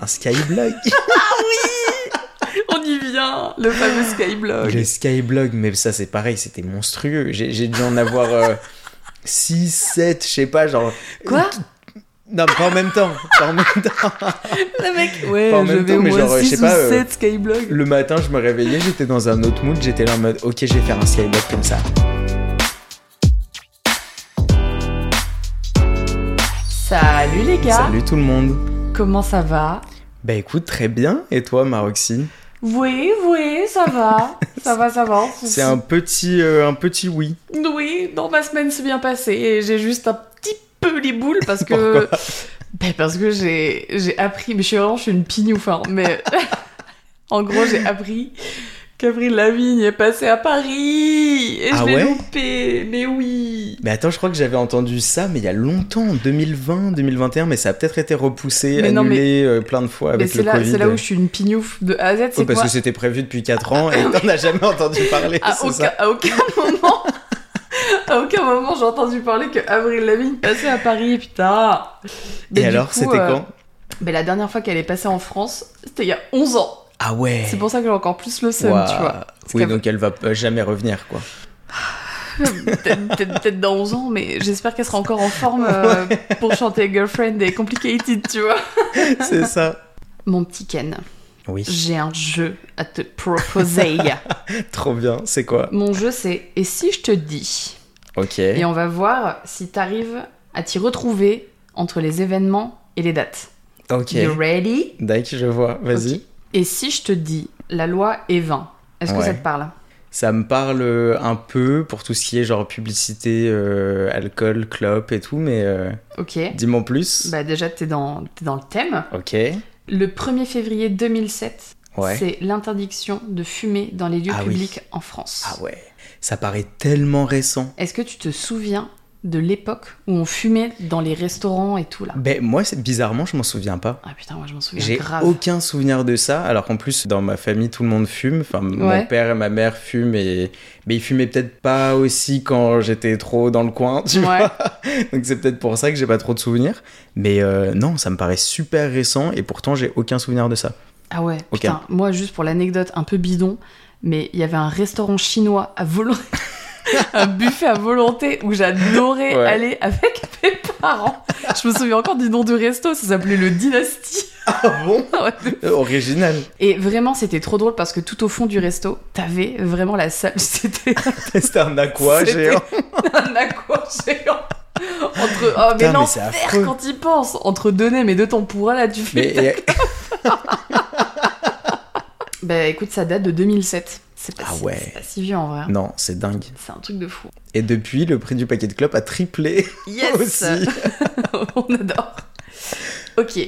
un skyblog. On y vient, le fameux Skyblog. Le skyblog, mais ça c'est pareil, c'était monstrueux. J'ai j'ai dû en avoir 6, 7, je sais pas, genre. Quoi Non, pas en même temps. Pas en même temps. Le mec, ouais, Pas en je même vais temps, au mais moins genre, je sais 6 ou pas, euh, 7 Skyblog. Le matin, je me réveillais, j'étais dans un autre mood, j'étais là en mode ok, je vais faire un skyblog comme ça. Salut les gars, Salut tout le monde. comment ça va Bah écoute, très bien. Et toi, Maroxy Oui, oui, ça va. ça va, ça va. C'est un petit, euh, un petit oui. Oui, dans ma semaine s'est bien passée et j'ai juste un petit peu les boules parce que. Ben, parce que j'ai j'ai appris, mais je suis vraiment je suis une pignoufin, mais en gros j'ai appris qu'Avril Lavigne est passée à Paris et je Ah l'ai ouais loupé, mais oui Mais attends, je crois que j'avais entendu ça, mais il y a longtemps, en 2020, 2021, mais ça a peut-être été repoussé, Mais non, mais- annulé euh, plein de fois Mais avec c'est le là, Covid. c'est là où je suis une pignouf de A à Z, Oui, c'est parce quoi que c'était prévu depuis 4 ans et t'en as jamais entendu parler, à c'est aucun, ça à aucun moment à aucun moment j'ai entendu parler que Avril Lavigne passait à Paris putain Mais Et du alors, coup, c'était euh, quand mais la dernière fois qu'elle est passée en France c'était il y a 11 ans Ah ouais c'est pour ça que j'ai encore plus le seum Ouah. tu vois Oui, qu'elle- donc elle va pas- jamais revenir, quoi. peut-être peut-être- peut-être dans 11 ans mais j'espère qu'elle sera encore en forme euh, pour chanter Girlfriend et Complicated tu vois c'est ça. mon petit Ken Oui, j'ai un jeu à te proposer trop bien. C'est quoi mon jeu c'est et si je te dis Ok. Et on va voir si t'arrives à t'y retrouver entre les événements et les dates. Ok. You ready Dac, je vois. Vas-y. Ok. Et si je te dis la loi E20, est-ce que Ouais. ça te parle Ça me parle euh, un peu pour tout ce qui est genre publicité, euh, alcool, clope et tout, mais euh, Ok. dis-moi en plus. Bah déjà, t'es dans, t'es dans le thème. Ok. Le 1er février 2007, Ouais. c'est l'interdiction de fumer dans les lieux Ah oui. publics en France. Ah ouais. Ça paraît tellement récent. Est-ce que tu te souviens de l'époque où on fumait dans les restaurants et tout là Ben moi, c'est- bizarrement, je m'en souviens pas. Ah putain, moi je m'en souviens J'ai grave. aucun souvenir de ça, alors qu'en plus dans ma famille tout le monde fume. Enfin, mon Ouais. père et ma mère fument, et... mais ils fumaient peut-être pas aussi quand j'étais trop dans le coin, tu Ouais. vois. Donc c'est peut-être pour ça que j'ai pas trop de souvenirs. Mais euh, non, ça me paraît super récent et pourtant j'ai aucun souvenir de ça. Ah ouais, Ok. putain, moi juste pour l'anecdote un peu bidon, mais il y avait un restaurant chinois à volonté, un buffet à volonté où j'adorais Ouais. aller avec mes parents. Je me souviens encore du nom du resto, ça s'appelait le Dynasty. Ah bon Original. Et vraiment, c'était trop drôle parce que tout au fond du resto, t'avais vraiment la salle, c'était C'était un aqua C'était- géant. un aqua géant. Entre, oh mais Putain, non, mais c'est affreux. quand il pense, entre deux nems et deux temporas, là, tu fais. Mais Bah écoute, ça date de 2007. C'est pas, Ah si- ouais. c'est pas si vieux en vrai. hein. non, c'est dingue. C'est un truc de fou. Et depuis, le prix du paquet de clopes a triplé Yes aussi. On adore. Ok,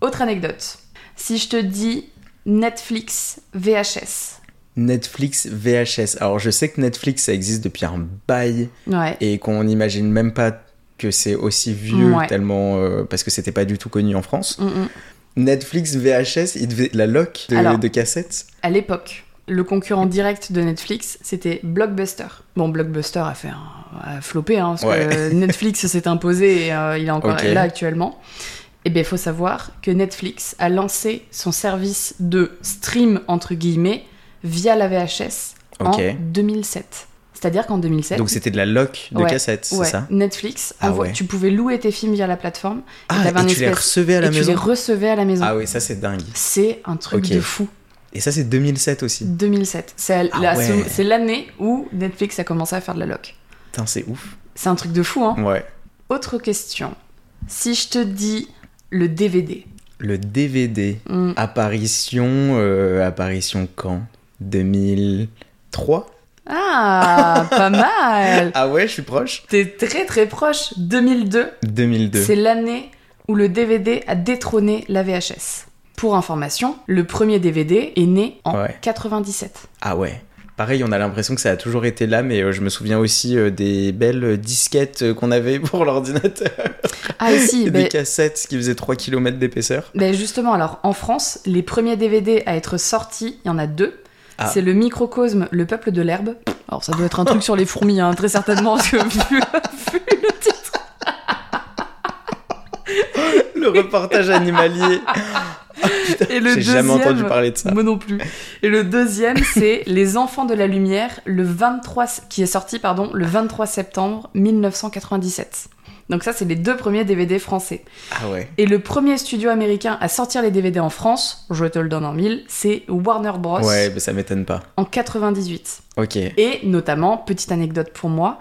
autre anecdote. Si je te dis Netflix VHS. Netflix VHS. Alors je sais que Netflix ça existe depuis un bail. Ouais. et qu'on n'imagine même pas que c'est aussi vieux Ouais. tellement euh, parce que c'était pas du tout connu en France. Mm, mm. Netflix VHS, il devait la loc de, Alors. de cassettes. À l'époque, le concurrent direct de Netflix, c'était Blockbuster. Bon, Blockbuster a fait un- a floppé, hein, parce Ouais. que Netflix s'est imposé et euh, il est encore Ok. là actuellement. Et bien, il faut savoir que Netflix a lancé son service de stream, entre guillemets, via la VHS Ok. en 2007. C'est-à-dire qu'en 2007, Donc c'était de la loc de Ouais, cassettes, c'est Ouais, ça Netflix, Ah envoie- ouais. tu pouvais louer tes films via la plateforme Ah, et t'avais tu un les espèce- recevais à la et tu les maison. recevais à la maison. Ah oui, ça c'est dingue. C'est un truc Ok. de fou. Et ça c'est 2007 aussi. 2007. C'est à- Ah la- ouais. c'est l'année où Netflix a commencé à faire de la loc. Putain, c'est ouf. C'est un truc de fou, hein. Ouais. Autre question. Si je te dis le DVD, Le DVD hmm, apparition euh, apparition quand 2003 ah, pas mal. Ah ouais, je suis proche. T'es très très proche. 2002, 2002. c'est l'année où le DVD a détrôné la VHS. Pour information, le premier DVD est né en Ouais. 97. Ah ouais. Pareil, on a l'impression que ça a toujours été là, mais euh, je me souviens aussi euh, des belles euh, disquettes euh, qu'on avait pour l'ordinateur. Ah, ici, Et ben, Des cassettes qui faisaient 3 km d'épaisseur. ben justement, alors en France, les premiers DVD à être sortis, il y en a deux. Ah. C'est le microcosme, le peuple de l'herbe. Alors ça doit être un truc sur les fourmis, hein, très certainement, parce que vu, vu le titre. Le reportage animalier. Et le J'ai jamais deuxième- entendu parler de ça. Moi non plus. Et le deuxième, c'est Les Enfants de la Lumière, le 23, se- qui est sorti pardon, le 23 septembre 1997. Donc ça, c'est les deux premiers DVD français. Ah ouais. Et le premier studio américain à sortir les DVD en France, je te le donne en mille, c'est Warner Bros. Ouais, bah, ça m'étonne pas. en 98. Ok. Et notamment, petite anecdote pour moi,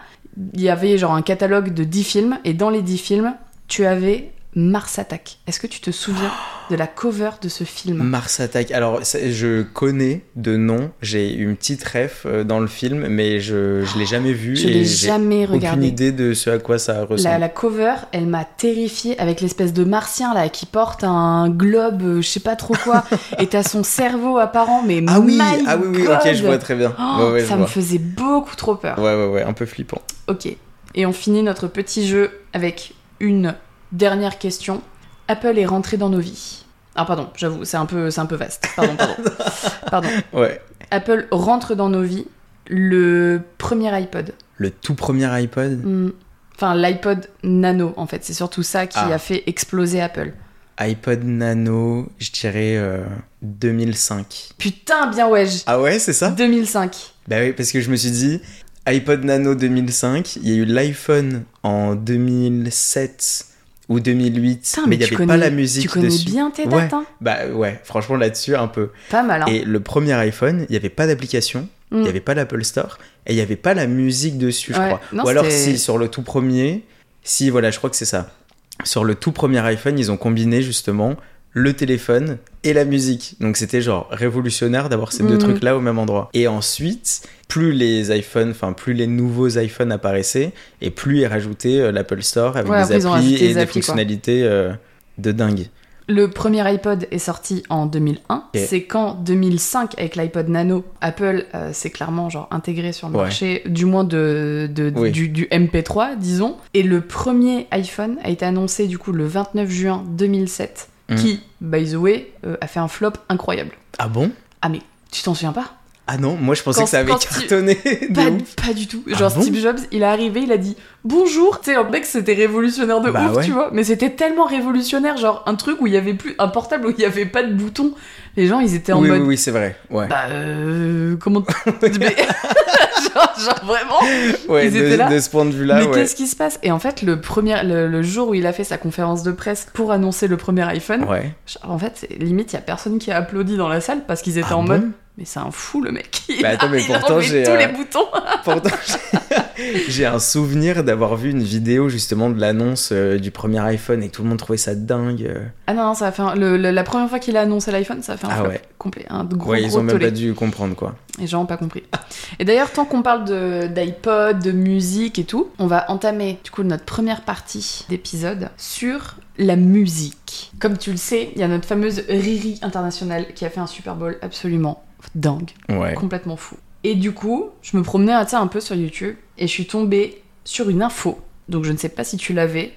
il y avait genre un catalogue de 10 films, et dans les 10 films, tu avais Mars Attack. Est-ce que tu te souviens de la cover de ce film Mars Attack. Alors, c'est- je connais de nom. J'ai une petite ref euh, dans le film, mais je, je l'ai jamais vu Je et l'ai j'ai jamais aucune regardé. idée de ce à quoi ça La, ressemble. la cover, elle m'a terrifiée avec l'espèce de martien là qui porte un globe, euh, je sais pas trop quoi, et t'as son cerveau apparent, mais Ah oui, my ah oui, oui, God ok, je vois très bien. Oh, ouais, ouais, je ça me vois. faisait beaucoup trop peur. Ouais, ouais, ouais, un peu flippant. Ok. Et on finit notre petit jeu avec une dernière question. Apple est rentré dans nos vies. Ah pardon, j'avoue, c'est un peu, c'est un peu vaste. Pardon, pardon. pardon. Ouais. Apple rentre dans nos vies. Le premier iPod. Le tout premier iPod, Hmm. Enfin, l'iPod Nano, en fait. C'est surtout ça qui Ah. a fait exploser Apple. iPod Nano, je dirais euh, 2005. Putain, bien ouais. je- Ah ouais, c'est ça 2005. Bah oui, parce que je me suis dit, iPod Nano 2005, il y a eu l'iPhone en 2007 ou 2008, Putain, mais mais il n'y tu avait pas connais- la musique Tu connais dessus. bien tes dates, Ouais. hein Bah ouais, franchement là-dessus un peu. Pas mal, hein Et le premier iPhone, il n'y avait pas d'application, il Mm. n'y avait pas l'Apple Store, et il n'y avait pas la musique dessus, je Ouais, crois. non, Ou alors c'était- si, sur le tout premier, si, voilà, je crois que c'est ça. Sur le tout premier iPhone, ils ont combiné justement le téléphone et la musique. Donc c'était genre révolutionnaire d'avoir ces deux Mm. trucs-là au même endroit. Et ensuite, plus les iPhones, enfin plus les nouveaux iPhones apparaissaient, et plus ils rajoutaient euh, l'Apple Store avec Ouais, après, des ils ont applis rajouté et des des applis, quoi. fonctionnalités euh, de dingue. Le premier iPod est sorti en 2001. Ok. C'est qu'en 2005, avec l'iPod Nano, Apple euh, s'est clairement genre intégré sur le Ouais. marché, du moins de, de- Oui. du, du MP3, disons. Et le premier iPhone a été annoncé du coup le 29 juin 2007, Mm. qui, by the way, euh, a fait un flop incroyable. Ah bon Ah mais tu t'en souviens pas Ah non, moi je pensais Quand- que ça avait quand tu- cartonné. de pas, ouf. pas du tout. Ah Genre bon Steve Jobs, il est arrivé, il a dit bonjour. Tu sais, en mec, c'était révolutionnaire de Bah ouf, ouais. tu vois. Mais c'était tellement révolutionnaire, genre un truc où il y avait plus un portable où il y avait pas de bouton. Les gens, ils étaient en oui, mode oui, oui, c'est vrai. Ouais. bah euh, comment mais- genre, genre, vraiment. Ouais, ils de, étaient là. de ce point de vue-là, mais ouais. qu'est-ce qui se passe Et en fait, le premier, le, le jour où il a fait sa conférence de presse pour annoncer le premier iPhone, Ouais. genre, en fait, c'est- limite, il y a personne qui a applaudi dans la salle parce qu'ils étaient Ah en bon mode. Mais c'est un fou le mec. Il Bah attends, a- mais il a pourtant, enlevé j'ai, tous euh, les boutons. Pourtant, j'ai- j'ai un souvenir d'avoir vu une vidéo justement de l'annonce euh, du premier iPhone et que tout le monde trouvait ça dingue. euh. Ah non, non, ça a fait un- le- le- la première fois qu'il a annoncé l'iPhone, ça a fait un Ah flop ouais. complet, un gros ouais, ils gros ont même tollé. pas dû comprendre quoi. Les gens ont pas compris. Et d'ailleurs, tant qu'on parle de- d'iPod, de musique et tout, on va entamer du coup notre première partie d'épisode sur la musique. Comme tu le sais, il y a notre fameuse Riri internationale qui a fait un Super Bowl absolument dingue, Ouais. complètement fou. Et du coup, je me promenais à ça un peu sur YouTube et je suis tombée sur une info. Donc je ne sais pas si tu l'avais,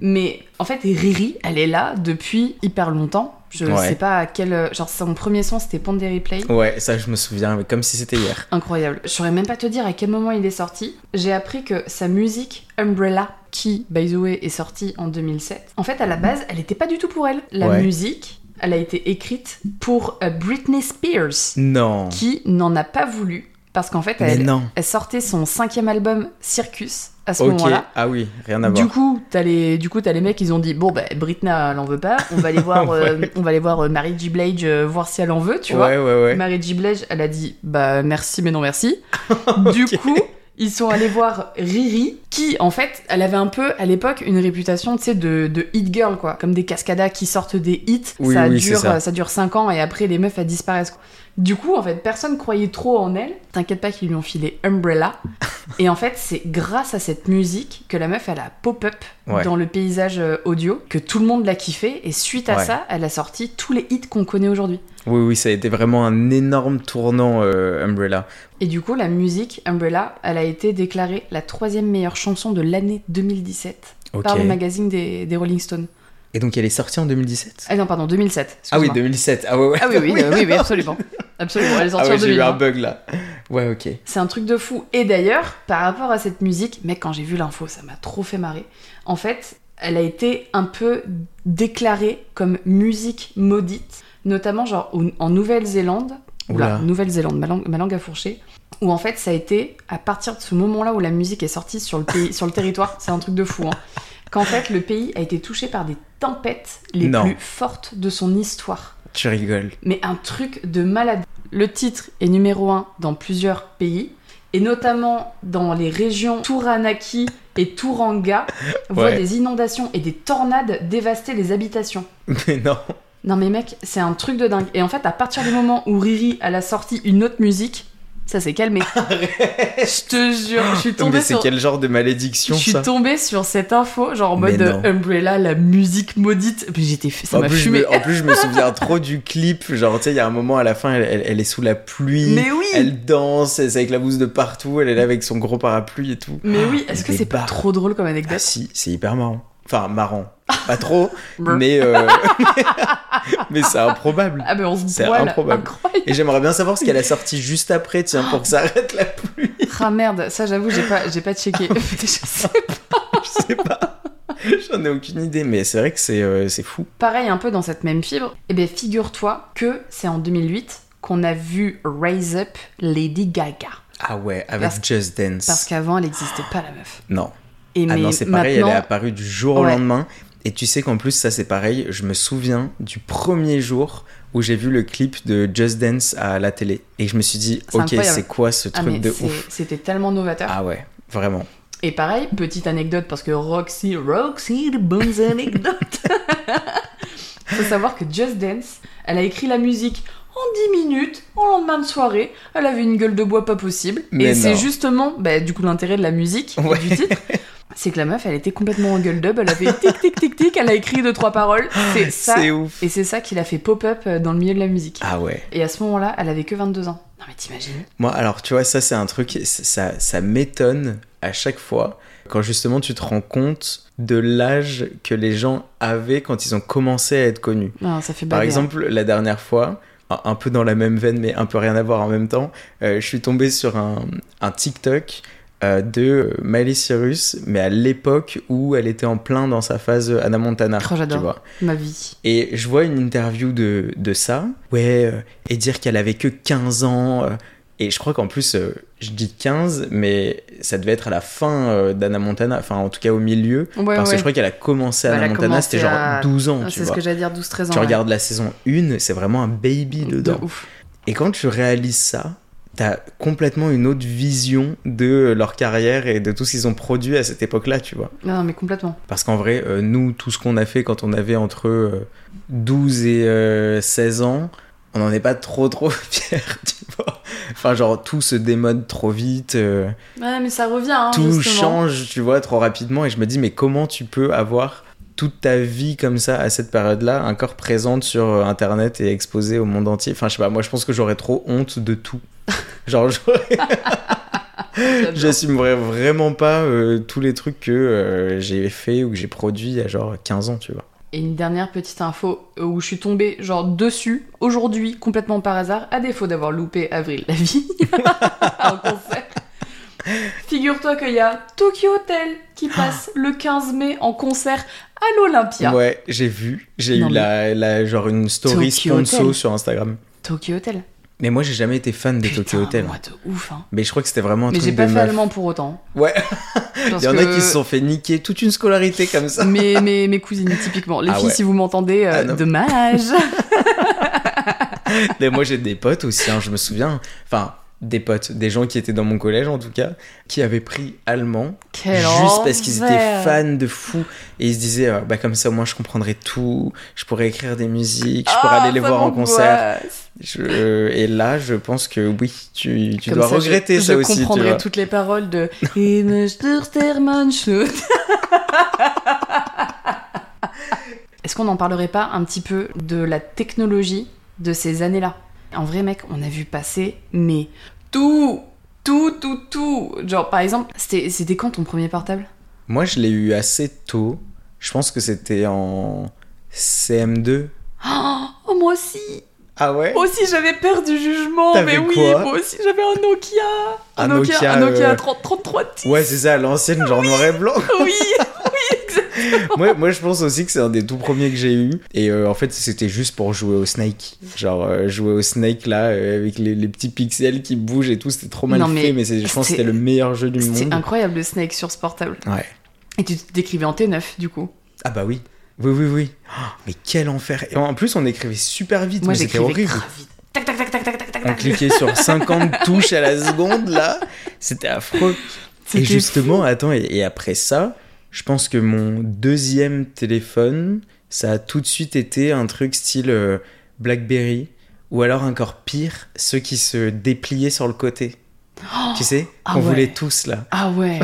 mais en fait Riri, elle est là depuis hyper longtemps. Je Ouais. sais pas à quel genre son premier son c'était Pondé Replay. Ouais, ça je me souviens, mais comme si c'était hier. Incroyable. Je saurais même pas te dire à quel moment il est sorti. J'ai appris que sa musique Umbrella, qui, by the way, est sortie en 2007, en fait, à la base, elle n'était pas du tout pour elle. La Ouais. musique, elle a été écrite pour euh, Britney Spears, Non. qui n'en a pas voulu, parce qu'en fait, Mais elle, non. elle sortait son cinquième album, Circus, à ce Ok. moment-là. Ah oui, rien à Du voir. coup, t'as les, du coup, t'as les mecs, ils ont dit bon ben Britney, elle en veut pas. On va aller voir, euh, on va aller voir euh, Mary J Blige, euh, voir si elle en veut, tu vois. ouais, ouais, ouais. Mary J. Blige, elle a dit bah merci mais non merci. Du Ok. coup, ils sont allés voir Riri, qui en fait, elle avait un peu à l'époque une réputation, tu sais, de, de hit girl quoi, comme des cascadas qui sortent des hits. Oui, ça oui, c'est dure, ça. ça. dure 5 ans et après les meufs elles disparaissent. quoi. Du coup, en fait, personne croyait trop en elle. T'inquiète pas qu'ils lui ont filé Umbrella. et en fait, c'est grâce à cette musique que la meuf elle a pop-up Ouais. dans le paysage euh, audio, que tout le monde l'a kiffé et suite à Ouais. ça, elle a sorti tous les hits qu'on connaît aujourd'hui. Oui, oui, ça a été vraiment un énorme tournant euh, Umbrella. Et du coup, la musique Umbrella, elle a été déclarée la troisième meilleure chanson de l'année 2017 Ok. par le magazine des, des Rolling Stones. Et donc elle est sortie en 2017. Ah non, pardon, 2007. Ah oui, excuse-moi. 2007. Ah ouais, ouais. Ah oui, oui, euh, oui, oui, absolument. Absolument, elle est Ah sortie ouais, en j'ai eu 2020. un bug là. Ouais, ok. C'est un truc de fou. Et d'ailleurs, par rapport à cette musique, mec, quand j'ai vu l'info, ça m'a trop fait marrer. En fait, elle a été un peu déclarée comme musique maudite, notamment genre au- en Nouvelle-Zélande. Oula. Oula, Nouvelle-Zélande, ma langue, ma langue à fourcher. Où en fait, ça a été à partir de ce moment-là où la musique est sortie sur le, pays, sur le territoire, c'est un truc de fou, hein, qu'en fait le pays a été touché par des tempêtes les Non. plus fortes de son histoire. Tu rigoles. Mais un truc de malade. Le titre est numéro 1 dans plusieurs pays, et notamment dans les régions Touranaki et Touranga, voit Ouais. des inondations et des tornades dévaster les habitations. Mais non. Non mais mec, c'est un truc de dingue. Et en fait, à partir du moment où Riri elle a sorti une autre musique, ça s'est calmé. Je te jure, je suis Mais tombée c'est sur... quel genre de Je malédiction suis ça tombée sur cette info, genre en Mais mode non. euh, Umbrella, la musique maudite. Mais j'étais, ça en m'a plus, je fumé. me, en plus, je me souviens trop du clip. Genre, tu sais, il y a un moment à la fin, elle, elle- elle est sous la pluie. Mais oui, Elle danse, elle s'éclabousse de partout. Elle est là avec son gros parapluie et tout. mais oui. Est-ce que Des c'est pas barres. trop drôle comme Ah anecdote si, c'est hyper marrant. Enfin, marrant. Pas trop, Brr. mais, euh, mais c'est improbable. Ah ben on se C'est voit là. improbable. Incroyable. Et j'aimerais bien savoir ce qu'elle a sorti juste après, tiens, pour que ça arrête la pluie. Ah merde, ça j'avoue j'ai pas, j'ai pas checké. Je sais Je sais pas. J'en ai aucune idée, mais c'est vrai que c'est euh, c'est fou. Pareil, un peu dans cette même fibre, eh bien figure-toi que c'est en 2008 qu'on a vu Raise Up Lady Gaga. Ah ouais, avec Parce- Just Dance. Parce qu'avant, elle n'existait pas, la meuf. Non. Et Ah mais non, c'est pareil, elle est maintenant, apparue du jour au Ouais. lendemain. Et tu sais qu'en plus, ça c'est pareil, je me souviens du premier jour où j'ai vu le clip de Just Dance à la télé. Et je me suis dit, C'est ok, incroyable. c'est quoi ce ah, truc mais de c'est- ouf c'était tellement novateur. Ah ouais, vraiment. Et pareil, petite anecdote, parce que Roxy, Roxy, de bonnes anecdotes. Faut savoir que Just Dance, elle a écrit la musique en 10 minutes, en lendemain de soirée. Elle avait une gueule de bois pas possible. Mais et c'est non. justement, bah, du coup, l'intérêt de la musique, et Ouais. du titre. C'est que la meuf, elle était complètement en gueule d'ub, elle avait tic tic tic tic, elle a écrit deux trois paroles, c'est ça. Ah, C'est ouf. Et c'est ça qui l'a fait pop-up euh, dans le milieu de la musique. Ah ouais. Et à ce moment-là, elle avait que 22 ans. Non mais t'imagines Moi, alors tu vois, ça c'est un truc, c- ça, ça m'étonne à chaque fois quand justement tu te rends compte de l'âge que les gens avaient quand ils ont commencé à être connus. Non, ça fait Par baver, hein. exemple, la dernière fois, un- un peu dans la même veine, mais un peu rien à voir en même temps, euh, je suis tombé sur un, un TikTok euh, de euh, Miley Cyrus, mais à l'époque où elle était en plein dans sa phase Anna Montana. Oh, j'adore. tu vois. ma vie. Et je vois une interview de, de ça, ouais, euh, et dire qu'elle avait que 15 ans. euh, et je crois qu'en plus, euh, je dis 15, mais ça devait être à la fin euh, d'Anna Montana, enfin en tout cas au milieu. Ouais, parce que ouais. je crois qu'elle a commencé à Bah, elle Anna a Montana, c'était genre commencé à- 12 ans, Ah, tu C'est ce vois. que j'allais dire, 12-13 ans. Tu ouais. regardes la saison 1, c'est vraiment un baby De dedans. ouf. Et quand tu réalises ça, t'as complètement une autre vision de leur carrière et de tout ce qu'ils ont produit à cette époque-là, tu vois. Non, non, mais complètement. Parce qu'en vrai, euh, nous, tout ce qu'on a fait quand on avait entre euh, 12 et euh, 16 ans, on n'en est pas trop trop fiers, tu vois. Enfin, genre, tout se démode trop vite, euh, Ouais, mais ça revient, hein, tout justement. change, tu vois, trop rapidement. Et je me dis, mais comment tu peux avoir toute ta vie comme ça à cette période-là, encore présente sur euh, Internet et exposée au monde entier Enfin, je sais pas, moi je pense que j'aurais trop honte de tout. Genre, Ah, j'aurais- j'assumerais vraiment pas euh, tous les trucs que euh, j'ai fait ou que j'ai produit à genre 15 ans, tu vois. Et une dernière petite info euh, où je suis tombée, genre, dessus, aujourd'hui, complètement par hasard, à défaut d'avoir loupé Avril la vie en concert. Figure-toi qu'il y a Tokyo Hotel qui Ah. passe le 15 mai en concert à l'Olympia. Ouais, j'ai vu, j'ai eu Non, la, la- genre une story Tokyo Hotel. sponsor sur Instagram. Tokyo Hotel. Mais moi j'ai jamais été fan des Putain, Tokyo Hotel. Moi, de ouf, hein. Mais je crois que c'était vraiment un Mais truc j'ai de pas fait meuf. allemand pour autant. Ouais. Parce Il y en a que qui se sont fait niquer toute une scolarité comme ça. Mes, mes, mes cousines, typiquement. Les Ah filles, ouais. si vous m'entendez, euh, Ah non. dommage. Mais moi j'ai des potes aussi, hein, je me souviens. Enfin, des potes, des gens qui étaient dans mon collège en tout cas, qui avaient pris allemand Quel juste parce qu'ils étaient enfer. fans de fou et ils se disaient euh, bah comme ça moi je comprendrais tout, je pourrais écrire des musiques, je pourrais Ah, aller les ça voir en concert. m'angoisse. Je- Et là je pense que oui, tu, tu Comme dois ça, je- regretter ça je aussi. tu comprendrais vois. toutes les paroles de Im Stürstermann Schut. Est-ce qu'on n'en parlerait pas un petit peu de la technologie de ces années-là En vrai, mec, on a vu passer, mais tout, tout, tout, tout. Genre, par exemple, c'était c'était quand ton premier portable Moi je l'ai eu assez tôt, je pense que c'était en CM2. oh, oh, moi aussi Ah ouais Moi aussi, j'avais peur du jugement, T'avais mais oui, quoi moi aussi, j'avais un Nokia Un Un Nokia, un Nokia, Nokia euh, 30 3310 Ouais c'est ça, l'ancienne genre noir et blanc. Oui, oui, exactement. moi, moi, je pense aussi que c'est un des tout premiers que j'ai eu. Et euh, en fait, c'était juste pour jouer au Snake. Genre, euh, jouer au Snake là, euh, avec les, les petits pixels qui bougent et tout, c'était trop mal Non, mais fait. Mais c'est- je pense que c'était c'était- le meilleur jeu du C'était monde. incroyable le Snake sur ce portable. Ouais. Et tu te décrivais en T9 du coup. Ah bah oui. Oui, oui, oui. Ah, mais quel enfer. Et en plus, on écrivait super vite, Moi mais c'était j'écrivais horrible. grave vite. Tac tac tac tac tac tac tac. On tac. cliquait sur 50 touches à la seconde, là. C'était affreux. Et C'était justement, attends, et, et après ça, je pense que mon deuxième téléphone, ça a tout de suite été un truc style euh, Blackberry, ou alors encore pire, ceux qui se dépliaient sur le côté. Oh Tu sais, ah qu'on ouais. voulait tous là. ah ouais.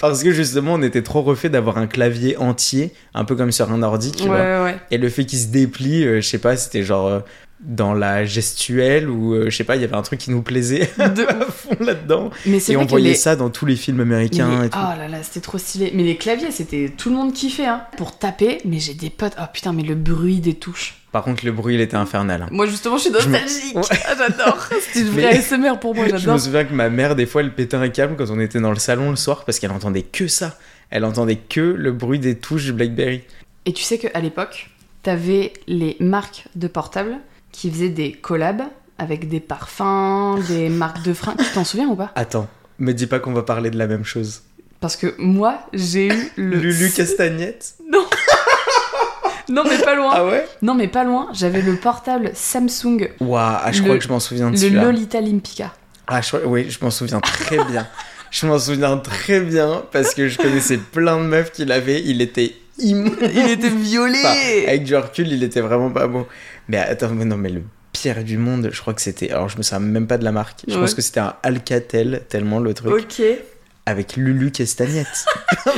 Parce que justement, on était trop refait d'avoir un clavier entier, un peu comme sur un ordi, tu ouais vois. ouais ouais. Et le fait qu'il se déplie, euh, je sais pas, c'était genre euh, dans la gestuelle ou euh, je sais pas, il y avait un truc qui nous plaisait De à fond là-dedans. Mais c'est Et vrai on que voyait les- ça dans tous les films Mais américains les- et tout. Oh là là, c'était trop stylé. Mais les claviers, c'était tout le monde kiffait, hein. Pour taper, mais j'ai des potes. Oh putain, mais le bruit des touches. Par contre, le bruit, il était infernal. hein. Moi, justement, je suis Je me- nostalgique. Ah, J'adore. C'était une Mais- vraie ASMR pour moi, Je me j'adore. souviens que ma mère, des fois, elle pétait un câble quand on était dans le salon le soir parce qu'elle entendait que ça. Elle entendait que le bruit des touches du Blackberry. Et tu sais qu'à l'époque, t'avais les marques de portables qui faisaient des collabs avec des parfums, des marques de fringues. Tu t'en souviens ou pas Attends, me dis pas qu'on va parler de la même chose. Parce que moi, j'ai eu le. Lulu Castagnette Non Non, mais pas loin. Ah ouais Non, mais pas loin. J'avais le portable Samsung, Waouh, ah, je Le- crois que je m'en souviens de le celui-là. Lolita Limpica. Ah, je crois- oui, je m'en souviens très bien. Je m'en souviens très bien parce que je connaissais plein de meufs qui l'avaient. Il était immonde. Il était Enfin, violet avec du recul, il était vraiment pas bon. Mais attends, mais non, mais le pire du monde, je crois que c'était. Alors, je me souviens même pas de la marque. Je Ouais. pense que c'était un Alcatel, tellement le truc. Ok. Avec Lulu Castagnette.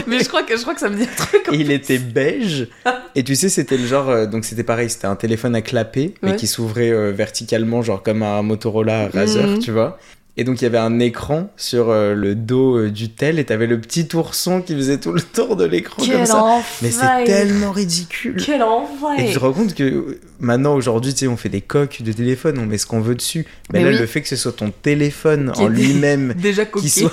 Mais je crois que, je crois que ça me dit un truc. Et il était beige. Et tu sais, c'était le genre. euh, donc, c'était pareil, c'était un téléphone à clapet, mais Ouais. qui s'ouvrait euh, verticalement, genre comme un Motorola Razer, Mhm. tu vois. Et donc, il y avait un écran sur euh, le dos euh, du tel, et t'avais le petit ourson qui faisait tout le tour de l'écran comme Quel ça. enfer Mais c'est tellement ridicule. Quel enfer Et tu te rends compte que maintenant, aujourd'hui, tu sais, on fait des coques de téléphone, on met ce qu'on veut dessus. Mais, Mais là, oui. le fait que ce soit ton téléphone Qui en est- lui-même Déjà coquet. qui soit.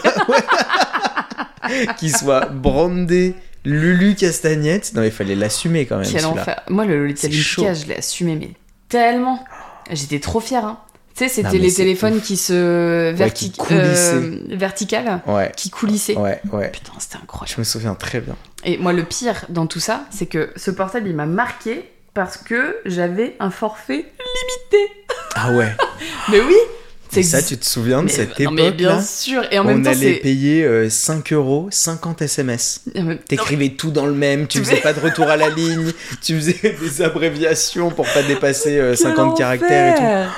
qui soit brandé Lulu Castagnette. Non, il fallait l'assumer quand même. Quel celui-là. enfer. Moi, le Lolita C'est chaud. Limpica, je l'ai assumé, mais tellement. J'étais trop fière. Hein. Tu sais, Non, c'était mais les c'est téléphones qui se qui verti... coulissaient. euh, verticales, Ouais, qui coulissaient. ouais, ouais. Putain, c'était incroyable. Je me souviens très bien. Et moi, le pire dans tout ça, c'est que ce portable, il m'a marqué parce que j'avais un forfait limité. Ah ouais. Mais oui Et ça, tu te souviens de Mais- cette non, mais bien époque-là sûr. Et en On même temps, allait c'est. payer euh, 5 euros 50 SMS. en même- Non, T'écrivais tout dans le même, tu Tu faisais fais- pas de retour à la ligne, tu faisais des abréviations pour pas dépasser euh, quel 50 caractères et tout. enfer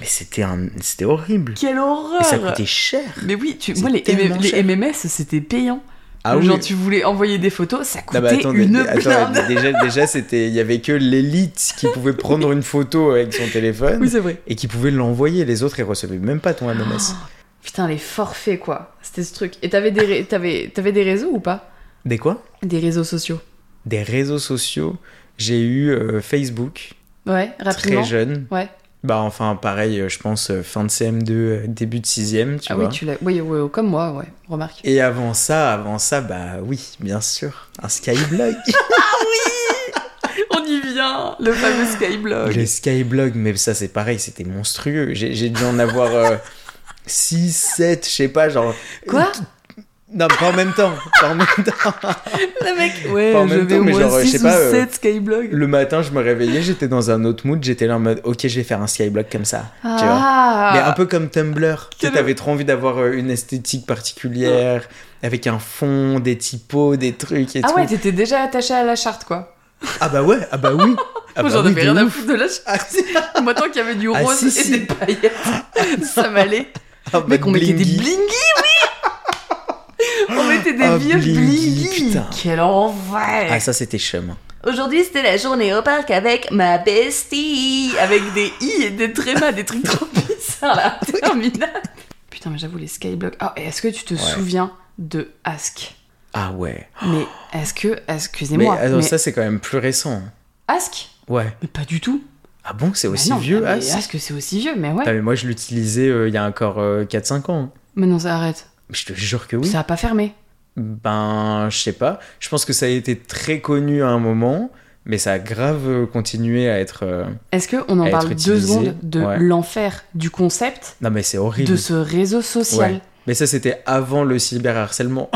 Mais c'était un... c'était horrible. Quelle horreur Et ça coûtait cher. Mais oui, tu... C'est moi, les, tellement MM les cher. MMS, c'était payant. Ah Genre, oui. tu voulais envoyer des photos, ça coûtait Non, mais attends, une mais- attends, blinde. mais déjà, déjà c'était, il y avait que l'élite qui pouvait prendre une photo avec son téléphone Oui, c'est vrai. et qui pouvait l'envoyer. Les autres, ils recevaient même pas ton MMS. Ah. Putain, les forfaits, quoi. C'était ce truc. Et t'avais des, ré- t'avais... t'avais des réseaux ou pas Des quoi Des réseaux sociaux. Des réseaux sociaux. J'ai eu euh, Facebook Ouais, très rapidement. jeune. Ouais. Bah enfin, pareil, euh, je pense euh, fin de CM2, euh, début de 6ème, tu ah vois. oui, tu l'as. Oui, oui, oui, comme moi, ouais. Remarque. Et avant ça, avant ça, bah oui, bien sûr, un Skyblog. Ah On y vient, le fameux Skyblog. Le Skyblog, mais ça c'est pareil, c'était monstrueux. J'ai j'ai dû en avoir 6, 7, je sais pas, genre. Quoi Non, mais pas en même temps. pas en même temps. Le mec. Ouais, Pas en je même vais temps, au mais moins genre, je sais 6 ou pas, euh, 7 Skyblog. Le matin, je me réveillais, j'étais dans un autre mood, j'étais là en mode, ok, je vais faire un skyblock comme ça. tu vois. Ah Mais un peu comme Tumblr. Tu sais, Quel- t'avais trop envie d'avoir euh, une esthétique particulière, avec un fond, des typos, des trucs et Ah tout. ouais, t'étais déjà attaché à la charte, quoi. ah bah ouais, ah bah oui. Ah moi, bah j'en oui, avais de rien à ouf. foutre de la charte. Ah, si. Moi, tant qu'il y avait du Ah, rose si, et si. des paillettes, ça m'allait. Ah, bah, Mec, on mettait des Blingy. blingis, oui On mettait des Ah, vieux blingy, blingis putain. Quel enfer Ah ça c'était chemin. Aujourd'hui, c'était la journée au parc avec ma bestie Avec des i et des trémas, des trucs trop bizarres, là, interminables Putain, mais j'avoue, les skyblocks... Ah, et est-ce que tu te souviens de Ask Ah ouais. Mais est-ce que... Mais euh, Excusez-moi, mais, attends, ça c'est quand même plus récent. Ask Ouais. Mais pas du tout Ah bon, c'est aussi Bah non, vieux, mais As Ask, c'est aussi vieux, mais ouais Putain, mais moi je l'utilisais euh, il y a encore euh, 4-5 ans. Mais non, ça arrête, Je te jure que oui. ça a pas fermé Ben, je sais pas. Je pense que ça a été très connu à un moment, mais ça a grave euh, continué à être. euh, Est-ce qu'on À en être parle deux utilisé, secondes de ouais. l'enfer du concept Non, mais c'est horrible. de ce réseau social Mais ça, c'était avant le cyberharcèlement.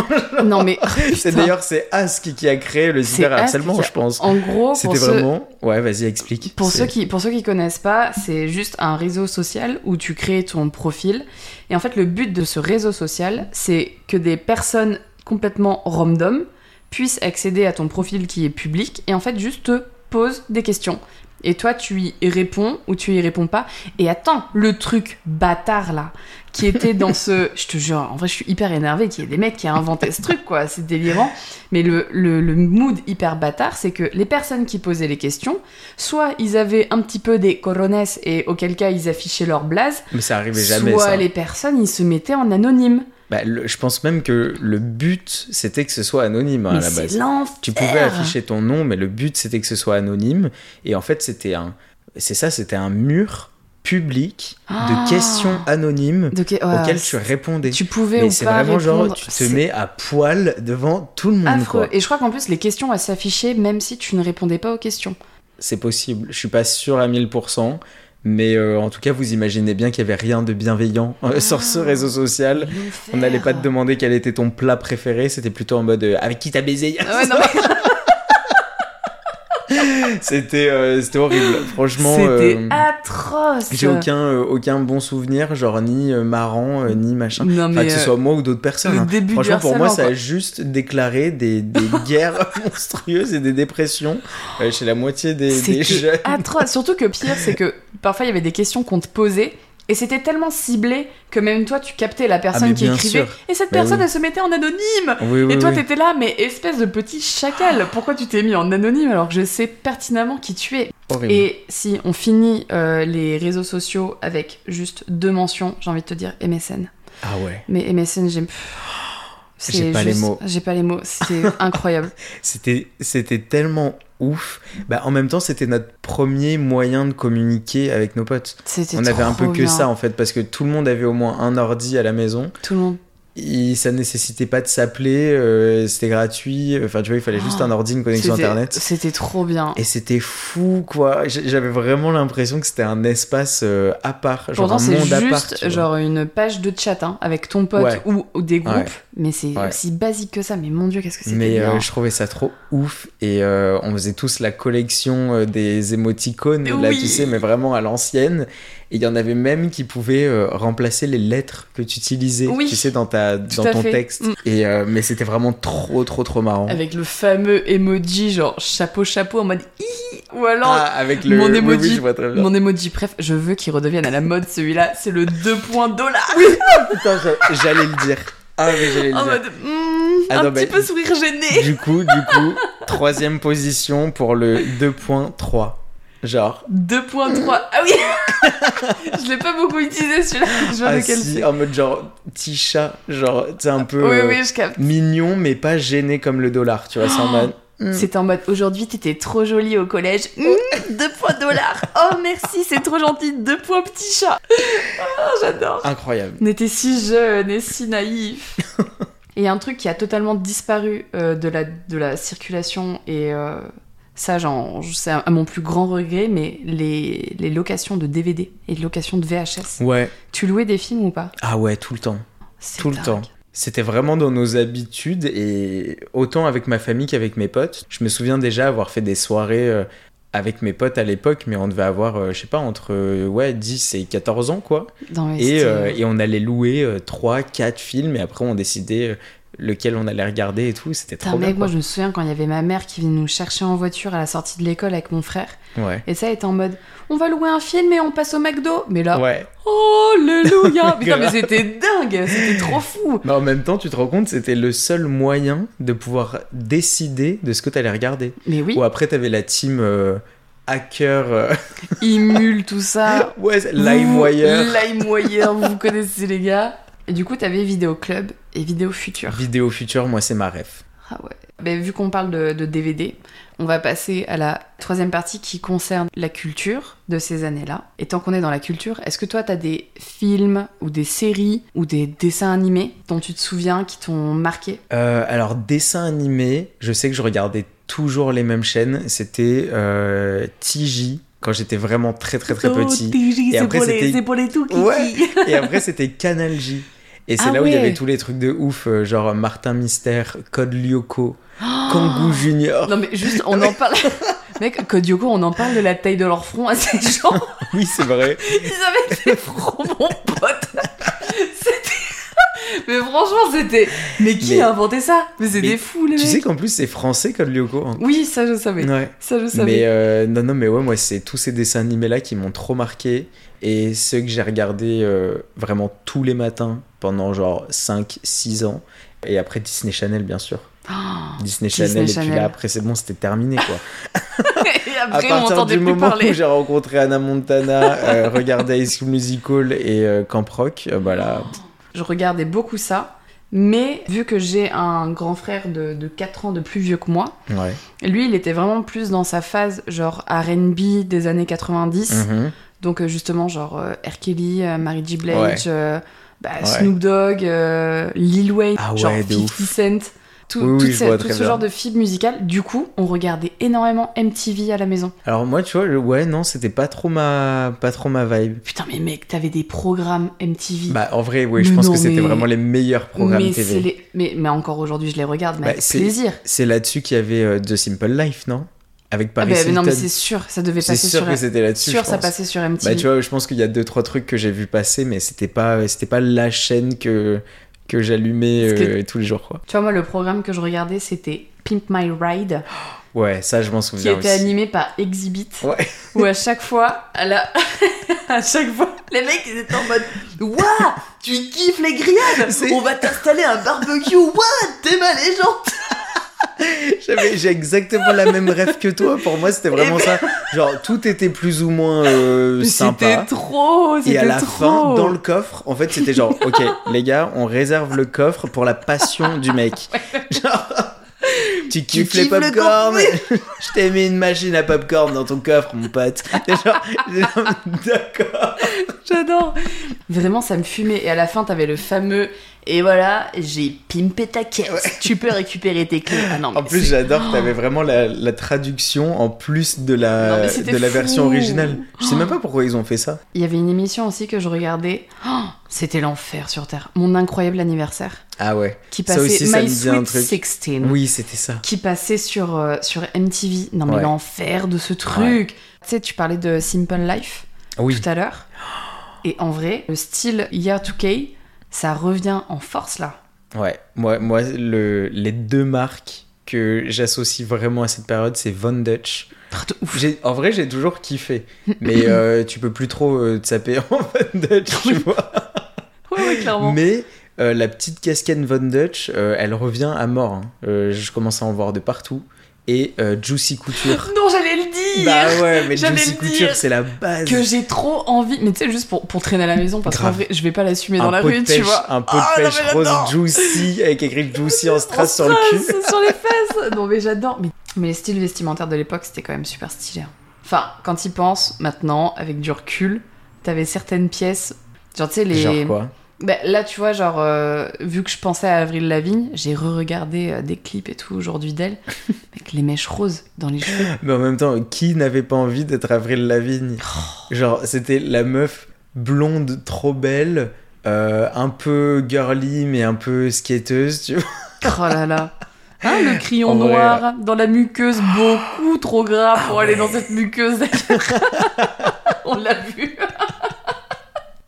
Non mais c'est Oh, putain. d'ailleurs, c'est Ask qui a créé le C'est cyberharcèlement, Ask qui a- je pense. en gros pour C'était ceux, vraiment. Ouais, vas-y, explique. pour C'est- ceux qui pour ceux qui connaissent pas, c'est juste un réseau social où tu crées ton profil et en fait le but de ce réseau social, c'est que des personnes complètement random puissent accéder à ton profil qui est public et en fait juste te posent des questions. Et toi, tu y réponds ou tu y réponds pas. Et attends, le truc bâtard là, qui était dans ce. Je te jure, en vrai, je suis hyper énervée qu'il y ait des mecs qui a inventé ce truc, quoi. C'est délirant. Mais le, le, le mood hyper bâtard, c'est que les personnes qui posaient les questions, soit ils avaient un petit peu des corones et auquel cas ils affichaient leur blaze, Mais ça arrivait jamais, soit ça. les personnes ils se mettaient en anonyme. Bah, le- je pense même que le but, c'était que ce soit anonyme hein, Mais à la c'est base. l'enfer. Tu pouvais afficher ton nom, mais le but, c'était que ce soit anonyme. Et en fait, c'était un. C'est ça, c'était un mur public Ah. de questions anonymes Donc, ouais, auxquelles c'est- tu répondais. tu pouvais Mais ou c'est pas vraiment genre, répondre. tu te C'est mets à poil devant tout le monde, affreux. quoi. Et je crois qu'en plus les questions elles s'affichaient même si tu ne répondais pas aux questions. C'est possible. Je suis pas sûr à 1000%, mais euh, en tout cas, vous imaginez bien qu'il y avait rien de bienveillant euh, sur Ah. ce réseau social. On n'allait pas te demander quel était ton plat préféré, c'était plutôt en mode euh, avec qui t'as baisé hier Ah ouais, non, mais- C'était euh, c'était horrible. Franchement, C'était euh, atroce. j'ai aucun, euh, aucun bon souvenir, genre ni euh, marrant, euh, ni machin. Non mais Enfin, que ce euh, soit moi ou d'autres personnes. le hein. début Franchement, du pour moi, harcèlement, ça a quoi. juste déclaré des, des guerres monstrueuses et des dépressions euh, chez la moitié des, des C'était jeunes. Ah, atroce. Surtout que pire, c'est que parfois il y avait des questions qu'on te posait et c'était tellement ciblé que même toi tu captais la personne Ah, mais qui bien écrivait sûr. et cette Mais personne oui. elle se mettait en anonyme. Oui, oui, Et toi oui. t'étais là mais espèce de petit chacal, pourquoi tu t'es mis en anonyme alors que je sais pertinemment qui tu es Horrible. Et si on finit euh, les réseaux sociaux avec juste deux mentions, j'ai envie de te dire MSN. Ah ouais. Mais MSN, j'aime. C'est J'ai pas les mots. J'ai pas les mots, c'est incroyable. C'était, c'était tellement ouf. Bah, en même temps, c'était notre premier moyen de communiquer avec nos potes. C'était On avait un trop peu bien. que ça en fait, parce que tout le monde avait au moins un ordi à la maison. Tout le monde. Il, ça nécessitait pas de s'appeler, euh, c'était gratuit. Enfin, tu vois, il fallait juste Oh. un ordi, une connexion C'était- internet. C'était trop bien. Et c'était fou, quoi. J- J'avais vraiment l'impression que c'était un espace euh, à part, genre Pourtant, un c'est monde à part. juste tu vois. genre une page de chat hein, avec ton pote Ouais. ou, ou des groupes, Ouais. mais c'est Ouais. aussi basique que ça. Mais mon dieu, qu'est-ce que c'était Mais euh, bien. je trouvais ça trop ouf et euh, on faisait tous la collection euh, des émoticônes, Mais là oui. tu sais, mais vraiment à l'ancienne. Et il y en avait même qui pouvaient euh, remplacer les lettres que tu utilisais, Oui. tu sais, dans, ta, dans à ton fait. texte. Mm. Et, euh, mais c'était vraiment trop, trop, trop marrant. Avec le fameux emoji genre chapeau chapeau en mode hihi ou alors ah, avec le mon oui, oui, emoji- je vois très bien. mon emoji bref, je veux qu'il redevienne à la mode celui-là, c'est le 2 points dollar Putain, j'a- j'allais le dire. Ah, mais j'allais le en dire. mode hmm, Ah un non, petit mais- peu sourire gêné. Du coup, du coup, troisième position pour le 2.3. Genre. 2.3. Ah oui Je l'ai pas beaucoup utilisé celui-là. Je vois Ah, de quel si, c'est. Ah, en mode genre petit chat, genre, c'est un peu. Oui, euh, oui, je capte. mignon mais pas gêné comme le dollar, tu vois, c'est en Oh. mode. Mm. C'était en mode aujourd'hui t'étais trop jolie au collège. 2 points dollars. Oh merci, c'est trop gentil. 2 points petit chat. Ah, J'adore. Incroyable. On était si jeunes et si naïfs. Et un truc qui a totalement disparu euh, de, la, de la circulation, et euh, ça, j'en- c'est à mon plus grand regret, mais les, les locations de DVD et les locations de VHS. Ouais. Tu louais des films ou pas Ah ouais, tout le temps. C'est Tout le dingue. temps. C'était vraiment dans nos habitudes et autant avec ma famille qu'avec mes potes. Je me souviens déjà avoir fait des soirées euh, avec mes potes à l'époque, mais on devait avoir, euh, je sais pas, entre euh, ouais, 10 et 14 ans quoi. Non, Et, mais Ah, c'était- euh, et on allait louer 3, 4 films et après on décidait euh, lequel on allait regarder et tout. C'était Putain, trop bien. mec, moi quoi. je me souviens quand il y avait ma mère qui venait nous chercher en voiture à la sortie de l'école avec mon frère. Ouais. Et ça, elle était en mode on va louer un film et on passe au McDo. Mais là, Ouais. oh, alléluia Putain, Grave. mais c'était dingue C'était trop fou Mais en même temps, tu te rends compte, c'était le seul moyen de pouvoir décider de ce que t'allais regarder. Mais oui, Ou après, t'avais la team euh, hacker, euh, Imul, tout ça. ouais, LimeWire, Vous- LimeWire, vous connaissez les gars. Et du coup, t'avais Vidéo Club et Vidéo Future. Vidéo Future, moi c'est ma ref. Ah ouais. Mais vu qu'on parle de, de DVD, on va passer à la troisième partie qui concerne la culture de ces années-là. Et tant qu'on est dans la culture, est-ce que toi, t'as des films ou des séries ou des dessins animés dont tu te souviens qui t'ont marqué Euh, alors, dessin animé, je sais que je regardais toujours les mêmes chaînes. C'était euh, TJ quand j'étais vraiment très très très petit. Et Oh, c'est après, pour, c'était- les- c'est pour les tout Ouais. Et après, c'était Canal J. Et c'est Ah là où il y ouais. avait tous les trucs de ouf, euh, genre Martin Mystère, Code Lyoko, Oh. Kangoo Junior. Non mais juste, on en parle... Mec, Kodioko, on en parle de la taille de leur front à ces gens. Oui, c'est vrai. Ils avaient des fronts, mon pote. C'était... Mais franchement, c'était... Mais qui Mais- a inventé ça Mais c'est Mais des fous, les Tu mecs. sais qu'en plus, c'est français, Code Lyoko. hein. Oui, ça je savais. Ouais. Ça je savais. Mais euh, non, non, mais ouais, moi, c'est tous ces dessins animés-là qui m'ont trop marqué. Et ceux que j'ai regardés euh, vraiment tous les matins pendant genre 5-6 ans. Et après Disney Channel, bien sûr. Oh. Disney, Disney Channel, et puis Channel. là, après, c'est bon, c'était terminé, quoi. Et à après, on partir n'entendait du plus moment où parler. j'ai rencontré Anna Montana, euh, regardé High School Musical et euh, Camp Rock, euh, bah là, Je regardais beaucoup ça, mais vu que j'ai un grand frère de, de 4 ans de plus vieux que moi, ouais. lui, il était vraiment plus dans sa phase genre R&B des années 90. Mhm. Donc euh, justement, genre euh, R. Kelly, euh, Mary J. Blige, Ouais. euh, bah, Ouais. Snoop Dogg, euh, Lil Wayne, Ah ouais, genre de 50 ouf. Cent. Tout, Oui, oui, tout je ce, vois tout très ce bien. genre de fibres musicales. Du coup, on regardait énormément MTV à la maison. Alors moi, tu vois, le- ouais, non, c'était pas trop ma, pas trop ma vibe. Putain, mais mec, t'avais des programmes MTV. Bah en vrai, oui, je Mais pense non, que c'était mais- vraiment les meilleurs programmes mais, c'est TV. les- mais, mais encore aujourd'hui, je les regarde, mais Bah, avec c'est- plaisir. C'est là-dessus qu'il y avait euh, The Simple Life, non Avec Ah Paris bah, mais non, mais Hilton. c'est sûr, ça devait C'est passer sûr sur, que c'était là-dessus. sûr je ça pense. passait sur MTV. Bah tu vois, je pense qu'il y a deux trois trucs que j'ai vu passer, mais c'était pas, euh, c'était pas la chaîne que que j'allumais Parce que- euh, tous les jours, quoi. Tu vois, moi, le programme que je regardais, c'était Pimp My Ride, Ouais, ça, je m'en qui souviens était aussi. animé par Exhibit. Ouais. Où à chaque fois, à, la... à chaque fois, les mecs, ils étaient en mode Waouh, tu kiffes les grillades C'est- On va t'installer un barbecue Waouh, t'es ma Euh, légende J'avais- J'ai exactement la même rêve que toi. Pour moi, c'était vraiment ça. Genre, tout était plus ou moins euh, Eh ben. C'était sympa. trop, Et à c'était la trop fin, dans le coffre, en fait, c'était genre, ok, les gars, on réserve le coffre pour la passion du mec. Genre, tu kiffes les kiffes le popcorn. Je t'ai mis une machine à popcorn dans ton coffre, mon pote. Et genre, genre, d'accord. J'adore Vraiment, ça me fumait. Et à la fin, t'avais le fameux Et voilà, j'ai pimpé ta caisse, tu peux récupérer tes clés. Ah non, En mais plus, c'est- j'adore que t'avais vraiment la, la traduction en plus de Non, la, mais c'était de la version fou. Oh. originale. Je sais même pas pourquoi ils ont fait ça. Il y avait une émission aussi que je regardais. Oh, C'était l'enfer sur Terre. Mon incroyable anniversaire. Ah ouais. Qui Ça passait aussi, ça me My dit un Sweet truc. 16. Oui, c'était ça. Qui passait sur, euh, sur MTV. Non mais Ouais. l'enfer de ce truc. Tu sais, tu parlais de Simple Life Oui. tout à l'heure. Et en vrai, le style Year 2K, ça revient en force là. Ouais, moi, moi le, les deux marques que j'associe vraiment à cette période, c'est Von Dutch. Ah, de ouf. J'ai- En vrai, j'ai toujours kiffé, mais euh, tu peux plus trop euh, te saper en Von Dutch, tu vois. Ouais, ouais, clairement. Mais euh, la petite casquette Von Dutch, euh, elle revient à mort. hein. Euh, je commence à en voir de partout. Et euh, Juicy Couture. Non, j'allais le dire bah ouais, mais J'allais Juicy le Couture, dire. c'est la base. Que j'ai trop envie. Mais tu sais, juste pour, pour traîner à la maison, parce qu'en Grave. vrai, je vais pas l'assumer un dans la pot de rue, tu pêche- vois. Un pot de Ah, non, pêche mais rose j'adore. Juicy, avec écrit Juicy en strass sur le On cul. strass sur les fesses. Non mais j'adore. Mais, mais les styles vestimentaires de l'époque, c'était quand même super stylé. hein. Enfin, quand y penses, maintenant, avec du recul, t'avais certaines pièces. Genre, tu sais, les. Genre quoi Bah, là, tu vois, genre, euh, vu que je pensais à Avril Lavigne, j'ai re-regardé euh, des clips et tout aujourd'hui d'elle, avec les mèches roses dans les cheveux. Mais en même temps, qui n'avait pas envie d'être Avril Lavigne Oh. Genre, c'était la meuf blonde, trop belle, euh, un peu girly, mais un peu skateuse, tu vois. Oh là là. Hein, le crayon En vrai, Oh. noir dans la muqueuse, beaucoup trop gras pour Ah aller ouais. dans cette muqueuse. On l'a vu.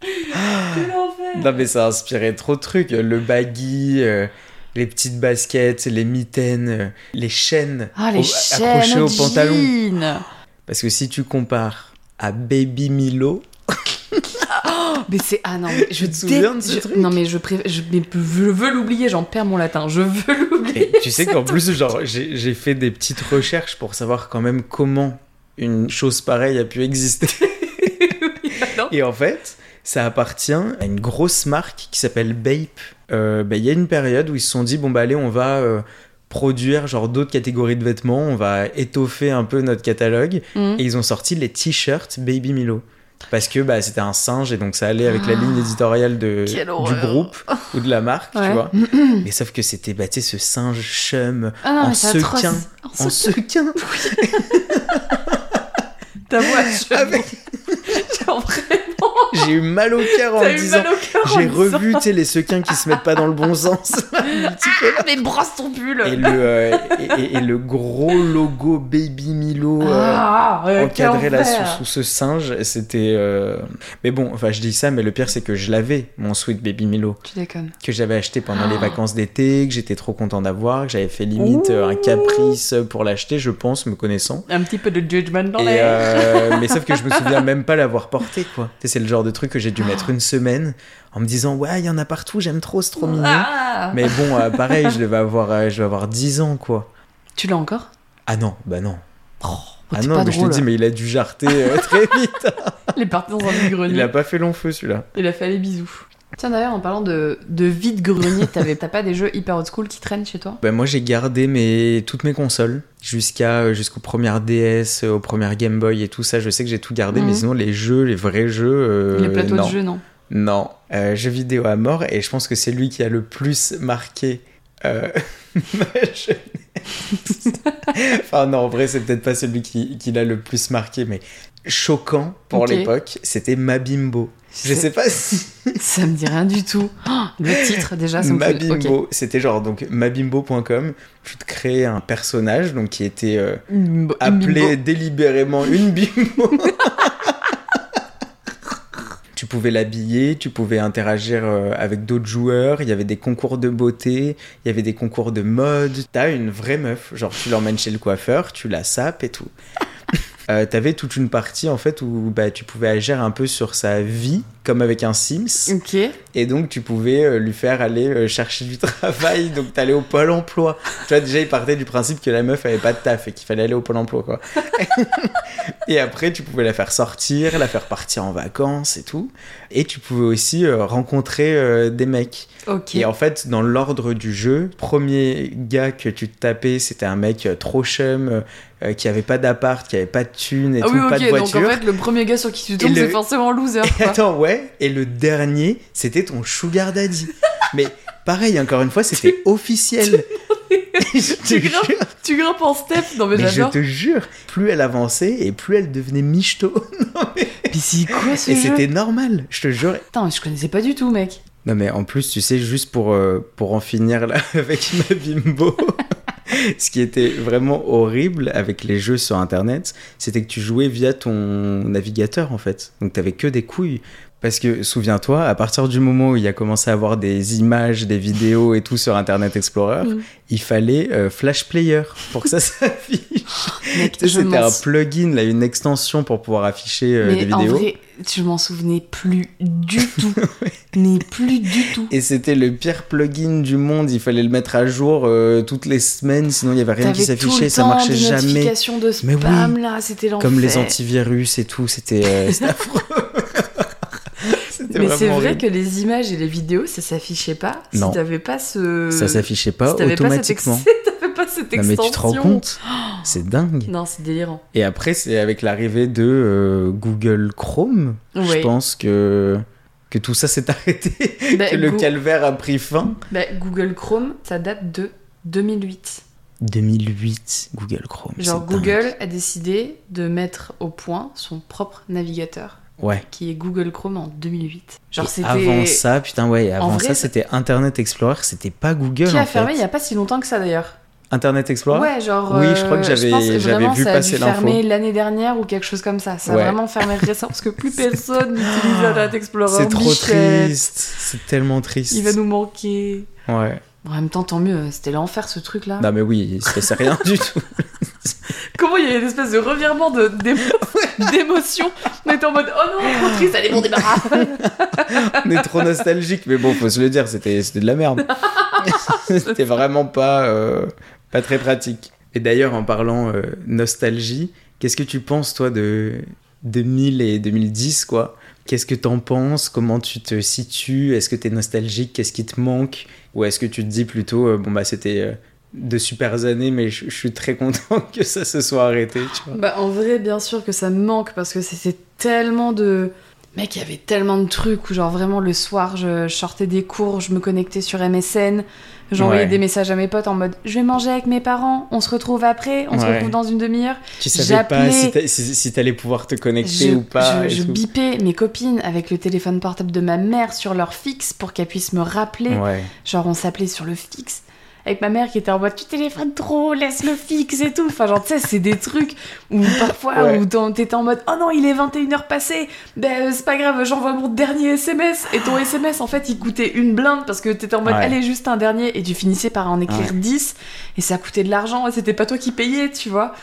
Quel enfer. Non, mais ça inspirait trop de trucs. Le baggy, euh, les petites baskets, les mitaines, euh, les chaînes Ah, les au- chaînes accrochées au jeans. pantalon. Parce que si tu compares à Baby Milo, Mais c'est... Ah non, mais je te souviens de ce je- truc Non, mais je, préfère- je... mais je veux l'oublier, j'en perds mon latin. Je veux l'oublier. et tu sais qu'en plus, genre, j'ai j'ai fait des petites recherches pour savoir quand même comment une chose pareille a pu exister. Non. Et en fait, ça appartient à une grosse marque qui s'appelle Bape. Euh, bah, Il y a une période où ils se sont dit, bon bah allez, on va euh, produire genre d'autres catégories de vêtements, on va étoffer un peu notre catalogue. Mhm. Et ils ont sorti les t-shirts Baby Milo. Parce que bah, c'était un singe et donc ça allait avec la ligne éditoriale de, Ah, Quelle du horreur. groupe ou de la marque, tu Ouais. vois. Mais sauf que c'était bah, tu sais, ce singe chum Ah non, en mais c'est atroce. sequin. En en se- sequin. Ta voix, je... Avec- Genre, vraiment, J'ai eu mal au cœur en t'as me eu disant. mal au cœur en J'ai disant- revu tu sais, les sequins qui se mettent pas dans le bon sens. Ah, mais brosse ton pull et, le, euh, et- et- et le gros logo Baby Milo. euh, Ah, euh, quel encadré là sous, enfer. sous ce singe, c'était. euh, Mais bon, enfin, je dis ça, mais le pire, c'est que je l'avais, mon Sweet Baby Milo, Tu déconnes. que j'avais acheté pendant les Ah. vacances d'été, que j'étais trop content d'avoir, que j'avais fait limite euh, un Ouh. caprice pour l'acheter, je pense, me connaissant. Un petit peu de judgment dans Et, l'air. euh, mais sauf que je me souviens même pas l'avoir porté, quoi. Tu sais, C'est le genre de truc que j'ai dû mettre une semaine en me disant, ouais, il y en a partout, j'aime trop, c'est trop mignon. Ah. Mais bon, euh, pareil, je devais avoir, euh, je devais avoir 10 ans, quoi. Tu l'as encore Ah non, bah non. Oh, ah t'es non, pas mais je drôle. te dis, mais il a dû jarter euh, très vite. Il est parti dans un grenier. Il a pas fait long feu, celui-là. Il a fait les bisous. Tiens d'ailleurs, en parlant de, de vide grenier, t'avais- t'as pas des jeux hyper old school qui traînent chez toi Bah, moi j'ai gardé mes... toutes mes consoles jusqu'à euh, jusqu'aux premières DS, euh, aux premières Game Boy et tout ça. Je sais que j'ai tout gardé, Mhm. mais sinon les jeux, les vrais jeux, euh, Les plateaux non. de jeux, non Non, Euh, jeux vidéo à mort et je pense que c'est lui qui a le plus marqué euh, ma jeunesse. enfin non, en vrai c'est peut-être pas celui qui, qui l'a le plus marqué, mais choquant pour Ok. l'époque, c'était Mabimbo. Je C'est- sais pas si Ça me dit rien du tout. Oh, le titre déjà, ça me fait... Mabimbo, c'était genre donc mabimbo.com, tu te créais un personnage donc qui était euh, Mabimbo. appelé délibérément une bimbo. tu pouvais l'habiller, tu pouvais interagir euh, avec d'autres joueurs, il y avait des concours de beauté, il y avait des concours de mode. T'as une vraie meuf, genre tu l'emmènes chez le coiffeur, tu la sapes et tout. Euh, T'avais toute une partie en fait où bah, tu pouvais agir un peu sur sa vie, comme avec un Sims. Ok. Et donc, tu pouvais euh, lui faire aller euh, chercher du travail. Donc, t'allais au Pôle emploi. Tu vois, déjà, il partait du principe que la meuf avait pas de taf et qu'il fallait aller au Pôle emploi, quoi. et après, tu pouvais la faire sortir, la faire partir en vacances et tout. Et tu pouvais aussi euh, rencontrer euh, des mecs. Ok. Et en fait, dans l'ordre du jeu, premier gars que tu te tapais, c'était un mec euh, trop chum, euh, qui avait pas d'appart, qui avait pas de thune et Ah tout, oui, pas de ok, donc voiture. en fait, le premier gars sur qui tu tombes, le- c'est forcément loser, Et quoi. attends, ouais, et le dernier, c'était ton sugar daddy. Mais pareil, encore une fois, c'était officiel. je te Tu grimpes. jure, Tu grimpes en step Non mais, mais je j'adore. te jure, plus elle avançait et plus elle devenait michto. Mais c'est quoi ce Et jeu c'était normal, je te jure. Putain, je connaissais pas du tout, mec. Non mais en plus, tu sais, juste pour, euh, pour en finir là avec ma bimbo, ce qui était vraiment horrible avec les jeux sur Internet, c'était que tu jouais via ton navigateur en fait. Donc t'avais que des couilles. Parce que souviens-toi, à partir du moment où il y a commencé à avoir des images, des vidéos et tout sur Internet Explorer, Mm. il fallait euh, Flash Player pour que ça s'affiche. Mec, Tu sais, je c'était m'en un plugin, là, une extension pour pouvoir afficher euh, des Mais en vidéos. vrai, je m'en souvenais plus du tout. mais plus du tout. Et c'était le pire plugin du monde. Il fallait le mettre à jour euh, toutes les semaines, sinon il y avait rien qui T'avais tout le s'affichait, ça temps marchait des jamais. notifications de Mais oui. spam là, c'était l'enfer. Comme les antivirus et tout, c'était euh, c'était affreux. C'était Mais vraiment c'est vrai horrible. que les images et les vidéos, ça s'affichait pas. Non. Si t'avais pas ce. ça s'affichait si pas t'avais pas cette ex- automatiquement. t'avais pas cette Non extension. mais tu te rends compte C'est dingue. Non, c'est délirant. Et après c'est avec l'arrivée de euh, Google Chrome, je Ouais. pense que que tout ça s'est arrêté, Bah, que le Go- calvaire a pris fin. bah, Google Chrome, ça date de 2008. 2008 Google Chrome. Genre c'est dingue. Google a décidé de mettre au point son propre navigateur, Ouais. qui est Google Chrome en 2008. Genre Et c'était Avant ça, putain, ouais, avant vrai, ça, c'est- c'était Internet Explorer, c'était pas Google. qui en a fermé fait. il y a pas si longtemps que ça d'ailleurs. Internet Explorer Ouais, genre. Oui, je crois que euh, j'avais- pense j'avais vraiment, vu ça a passer dû l'info. fermer l'année dernière ou quelque chose comme ça. Ça Ouais. a vraiment fermé récent parce que plus personne n'utilise Internet Explorer. C'est trop Bichette. triste, c'est tellement triste. Il va nous manquer. Ouais. Bon, en même temps, tant mieux. C'était l'enfer ce truc-là. Non, mais oui, ça c'est rien du tout. Comment il y a une espèce de revirement de d'émo- d'émotion. On était en mode oh non, trop triste, allez, bon débarras. On est trop nostalgique, mais bon, faut se le dire, c'était c'était de la merde. c'était vraiment pas, euh, pas très pratique. Et d'ailleurs, en parlant euh, nostalgie, qu'est-ce que tu penses, toi, de 2000 et 2010, quoi Qu'est-ce que t'en penses Comment tu te situes Est-ce que t'es nostalgique Qu'est-ce qui te manque Ou est-ce que tu te dis plutôt, euh, bon, bah, c'était euh, de supers années, mais je, je suis très content que ça se soit arrêté. Tu vois. Bah, en vrai, bien sûr que ça me manque parce que c'était tellement de. Mec, il y avait tellement de trucs où, genre, vraiment, le soir, je je sortais des cours, je me connectais sur MSN, j'envoyais Ouais. des messages à mes potes en mode je vais manger avec mes parents, on se retrouve après, on se Ouais. retrouve dans une demi-heure. Tu savais pas J'appelais- si t'a- si si t'allais pouvoir te connecter Je, ou pas. je- et je tout. bipais mes copines avec le téléphone portable de ma mère sur leur fixe pour qu'elles puissent me rappeler. Ouais. Genre, on s'appelait sur le fixe. Avec ma mère qui était en mode tu téléphones trop, laisse le fixe et tout. Enfin, genre, tu sais, c'est des trucs où parfois, Ouais. où t'en- t'étais en mode oh non, il est 21h passé, ben euh, c'est pas grave, j'envoie mon dernier SMS. Et ton SMS, en fait, il coûtait une blinde parce que t'étais en mode Ouais. allez, juste un dernier. Et tu finissais par en écrire 10 et ça coûtait de l'argent et c'était pas toi qui payais, tu vois.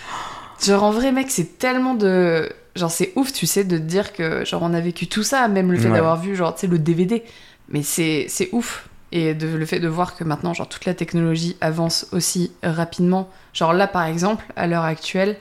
Genre, en vrai, mec, c'est tellement de. Genre, c'est ouf, tu sais, de te dire que, genre, on a vécu tout ça, même le fait Ouais. d'avoir vu, genre, tu sais, le DVD. Mais c'est c'est ouf. Et de, le fait de voir que maintenant, genre, toute la technologie avance aussi rapidement. Genre, là, par exemple, à l'heure actuelle,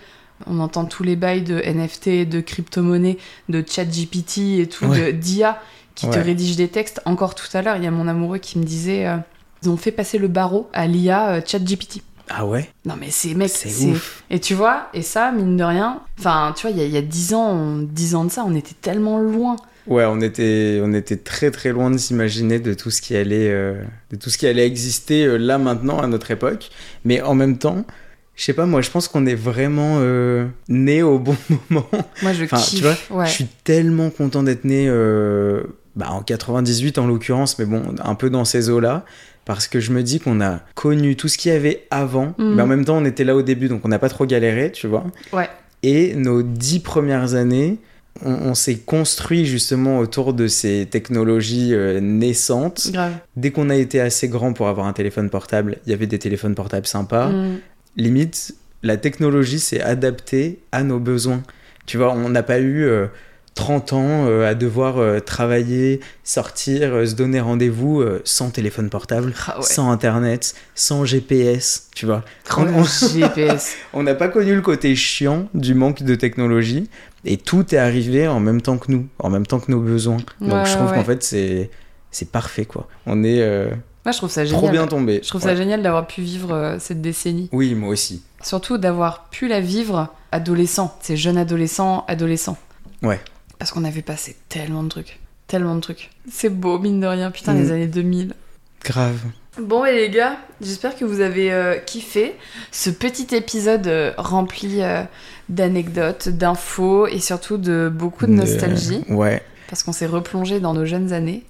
on entend tous les bails de NFT, de crypto-monnaie, de chat GPT et tout, Ouais. de d'IA qui te Ouais. rédige des textes. Encore tout à l'heure, il y a mon amoureux qui me disait euh, ils ont fait passer le barreau à l'IA euh, chat GPT. Ah ouais Non, mais c'est mec, C'est c'est ouf. et tu vois, et ça, mine de rien, enfin, tu vois, il y a- il y, a 10 ans, on- 10 ans de ça, on était tellement loin. Ouais, on était, on était très très loin de s'imaginer de tout ce qui allait, euh, de tout ce qui allait exister euh, là maintenant à notre époque. Mais en même temps, je sais pas, moi je pense qu'on est vraiment euh, né au bon moment. Moi, je Enfin, kiffe. tu vois, ouais. Je suis tellement content d'être né euh, bah, en 98 en l'occurrence, mais bon, un peu dans ces eaux-là. Parce que je me dis qu'on a connu tout ce qu'il y avait avant, Mm. mais en même temps on était là au début, donc on n'a pas trop galéré, tu vois. Ouais. Et nos dix premières années, on, on s'est construit justement autour de ces technologies euh, naissantes. Grave. Dès qu'on a été assez grand pour avoir un téléphone portable, il y avait des téléphones portables sympas Mm. limite, la technologie s'est adaptée à nos besoins. Tu vois, on n'a pas eu euh, 30 ans euh, à devoir euh, travailler, sortir, euh, se donner rendez-vous euh, sans téléphone portable, Ah ouais. sans Internet, sans GPS, tu vois. Oh, le GPS. On n'a pas connu le côté chiant du manque de technologie et tout est arrivé en même temps que nous, en même temps que nos besoins. Donc Ouais, je trouve ouais. qu'en fait, c'est... C'est parfait quoi. On est euh, Moi, je trouve ça génial. trop bien tombé. Je trouve Ouais. ça génial d'avoir pu vivre euh, cette décennie. Oui, moi aussi. Surtout d'avoir pu la vivre adolescent. C'est jeune adolescent, adolescent. Ouais. Parce qu'on a vu passer tellement de trucs. Tellement de trucs. C'est beau, mine de rien. Putain, Mm. les années 2000. Grave. Bon et les gars, j'espère que vous avez euh, kiffé ce petit épisode euh, rempli euh, d'anecdotes, d'infos et surtout de beaucoup de Euh, nostalgie ouais. parce qu'on s'est replongé dans nos jeunes années.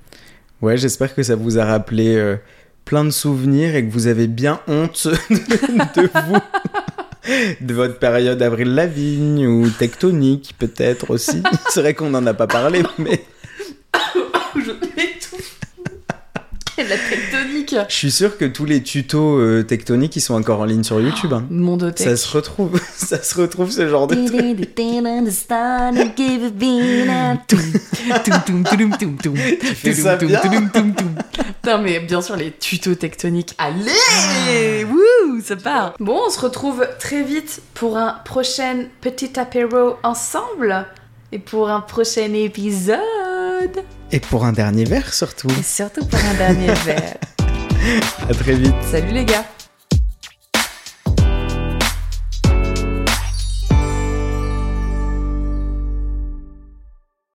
Ouais, j'espère que ça vous a rappelé euh, plein de souvenirs et que vous avez bien honte de vous, de votre période Avril Lavigne ou Tectonique peut-être aussi. C'est vrai qu'on n'en a pas parlé, mais Je m'étouffe. Et de la tectonique. je suis sûr que tous les tutos euh, tectoniques ils sont encore en ligne sur YouTube. hein. Mon doté. Ça se retrouve, ça se retrouve ce genre de Did truc. it, did it, the sun, it gave it being a Tu fais ça bien Putain, mais bien sûr, les tutos tectoniques. Allez Wouh Ça part Bon, on se retrouve très vite pour un prochain petit apéro ensemble et pour un prochain épisode. Et pour un dernier verre surtout. Et surtout pour un dernier verre. À très vite. Salut les gars